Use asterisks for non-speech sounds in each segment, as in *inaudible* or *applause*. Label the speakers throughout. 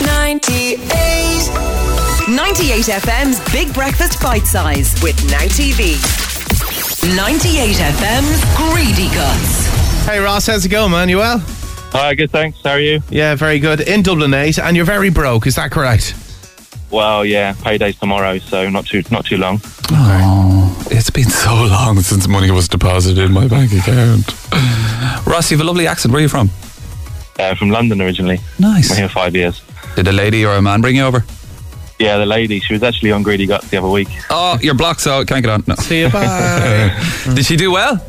Speaker 1: 98.
Speaker 2: 98 FM's Big Breakfast Bite Size with Now TV. 98 FM's Greedy Guts.
Speaker 3: Hey Ross, how's it going, man? You well?
Speaker 4: Hi, good thanks. How are you?
Speaker 3: Yeah, very good. In Dublin 8, and you're very broke, is that correct?
Speaker 4: Well, yeah, payday's tomorrow, so not too not too long.
Speaker 5: It's been so long since money was deposited in my bank account. Ross, you have a lovely accent. Where are you from?
Speaker 4: Uh, from London originally. I'm
Speaker 5: Nice.
Speaker 4: here five years.
Speaker 5: Did a lady or a man bring you over?
Speaker 4: Yeah, the lady, she was actually on Greedy Guts the other week.
Speaker 5: Oh, you're blocked, so can't get on. No.
Speaker 3: See you bye.
Speaker 5: *laughs* Did she do well?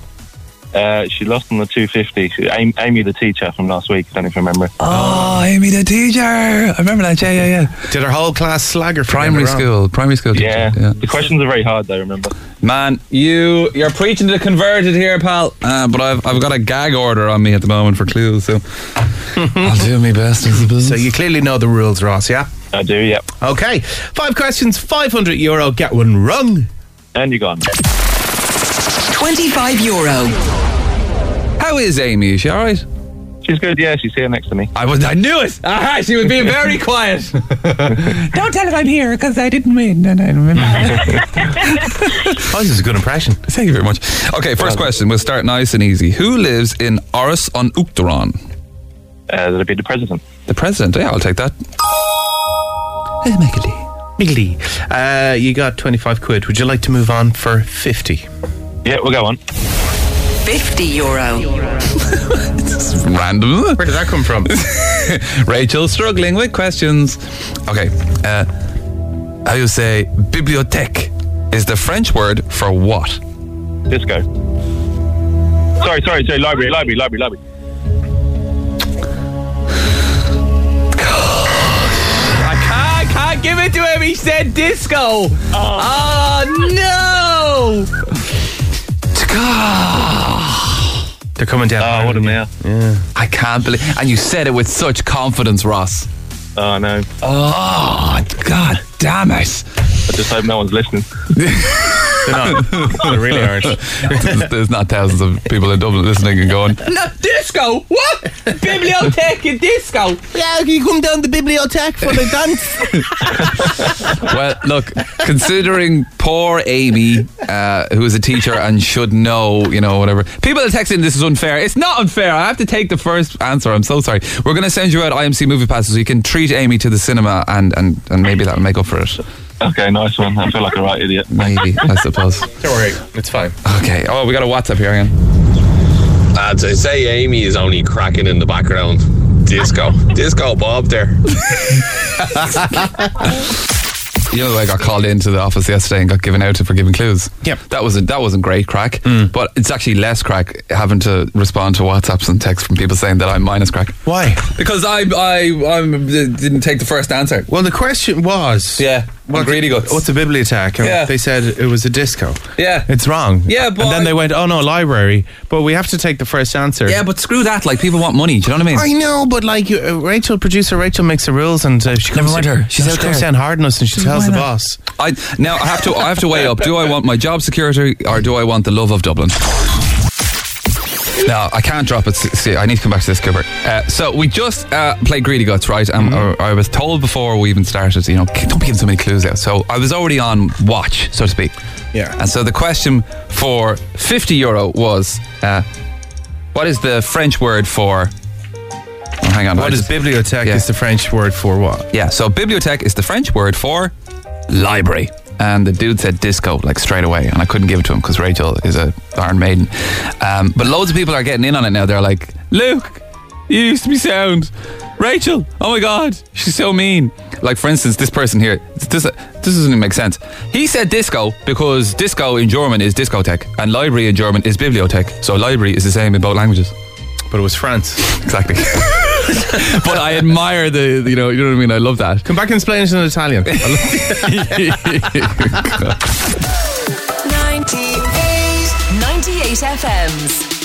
Speaker 4: Uh, she lost on the 250. She- Am- Amy, the teacher from last week, I don't know if you remember.
Speaker 5: Oh, Amy, the teacher. I remember that. Yeah, yeah, yeah.
Speaker 3: Did her whole class slag her for getting
Speaker 5: Primary
Speaker 3: it wrong?
Speaker 5: school, primary school teacher.
Speaker 4: yeah. the questions are very hard though, remember?
Speaker 5: Man, you you're preaching to the converted here, pal. Uh, but I've I've got a gag order on me at the moment for clues, so *laughs* I'll do my best as a business.
Speaker 3: So you clearly know the rules, Ross, yeah?
Speaker 4: I do, yeah.
Speaker 3: Okay. Five questions, 500 euro. Get one wrong.
Speaker 4: And you gone.
Speaker 2: 25 euro.
Speaker 5: How is Amy? Is she all right?
Speaker 4: She's good, yeah, she's here next to me.
Speaker 5: I was. I knew it. Aha, she was being very quiet. *laughs* Don't tell her I'm here because I didn't win. And I remember.
Speaker 3: Oh, this is a good impression.
Speaker 5: *laughs* Thank you very much. Okay, first question. We'll start nice and easy. Who lives in Oris on Uachtaran?
Speaker 4: Uh, that'll be the president.
Speaker 5: The president. Yeah, I'll take that. Hey, Michael.
Speaker 3: Billy, uh, you got 25 quid. Would you like to move on for 50?
Speaker 4: Yeah, we'll go on.
Speaker 2: 50 euro.
Speaker 5: Random. isn't it?
Speaker 3: Where did that come from?
Speaker 5: Rachel struggling with questions. Okay, uh, how you say bibliothèque is the French word for what?
Speaker 4: Disco. Sorry, sorry, sorry, library, library, library, library.
Speaker 5: I can't give it to him. He said disco. Oh, no!
Speaker 3: They're coming down.
Speaker 4: Oh, what a mayor.
Speaker 5: I can't believe. And you said it with such confidence, Ross.
Speaker 4: Oh, no. I
Speaker 5: Oh God, damn it! *laughs*
Speaker 4: just hope no one's listening.
Speaker 3: Oh, They really aren't.
Speaker 5: There's there's not thousands of people in Dublin listening and going, "No disco, what? Bibliothèque and disco."
Speaker 3: yeah, you come down the bibliothèque for the dance.
Speaker 5: Well, look, considering poor Amy, uh, who is a teacher and should know, you know, whatever. People are texting, this is unfair. It's not unfair. I have to take the first answer. I'm so sorry. We're going to send you out IMC movie passes so you can treat Amy to the cinema and, and, and maybe that'll make up for it.
Speaker 4: Okay, nice one. I feel like a right idiot.
Speaker 5: Maybe, I suppose.
Speaker 3: Don't worry, it's fine.
Speaker 5: Okay. Oh, we got a WhatsApp here again.
Speaker 6: I'd say, say Amy is only cracking in the background. Disco. Disco Bob there.
Speaker 5: You know, I got called into the office yesterday and got given out for giving clues.
Speaker 3: Yep. Hmm.
Speaker 5: That wasn't that wasn't great crack, but it's actually less crack having to respond to WhatsApps and texts from people saying that I'm minus crack.
Speaker 3: *laughs* Why?
Speaker 5: Because I I I'm, didn't take the first answer.
Speaker 3: Well, the question was.
Speaker 5: Yeah, on Greedy Guts.
Speaker 3: What's a bibliothèque? And
Speaker 5: Yeah.
Speaker 3: They said it was a disco.
Speaker 5: Yeah.
Speaker 3: It's wrong.
Speaker 5: Yeah, but
Speaker 3: And then
Speaker 5: I-
Speaker 3: they went, oh no, library. But we have to take the first answer.
Speaker 5: Yeah, but screw that. Like people want money. Do you know what I mean?
Speaker 3: I know, but like you- uh, Rachel, producer Rachel makes the rules, and uh, she
Speaker 5: Never
Speaker 3: comes
Speaker 5: mind her. She's
Speaker 3: she
Speaker 5: out
Speaker 3: comes
Speaker 5: there.
Speaker 3: down hard on us, and she tells the boss.
Speaker 5: I now I have to I have to weigh up. Do I want my job security or do I want the love of Dublin? No, I can't drop it. See, I need to come back to this, Cooper. Uh, so we just uh, played Greedy Guts, right? Um,
Speaker 3: Mm-hmm.
Speaker 5: I, I was told before we even started, you know, don't be giving so many clues out. So I was already on watch, so to speak.
Speaker 3: Yeah.
Speaker 5: And so the question for 50 euro was, uh, what is the French word for? Oh, hang on.
Speaker 3: What is bibliothèque?
Speaker 5: Yeah.
Speaker 3: Is the French word for what?
Speaker 5: Yeah, so bibliothèque is the French word for library. And the dude said disco like straight away, and I couldn't give it to him because Rachel is a Iron Maiden. Um, but loads of people are getting in on it now. They're like, Luke, you used to be sound. Rachel, oh my god, she's so mean. Like for instance, this person here, this this doesn't even make sense. He said disco because disco in German is discotheque, and library in German is bibliothèque. So library is the same in both languages.
Speaker 3: But it was France.
Speaker 5: *laughs* Exactly. but I admire the, you know, you know what I mean. I love that.
Speaker 3: Come back and explain it in Italian. I love-
Speaker 1: 98.
Speaker 2: 98 FM's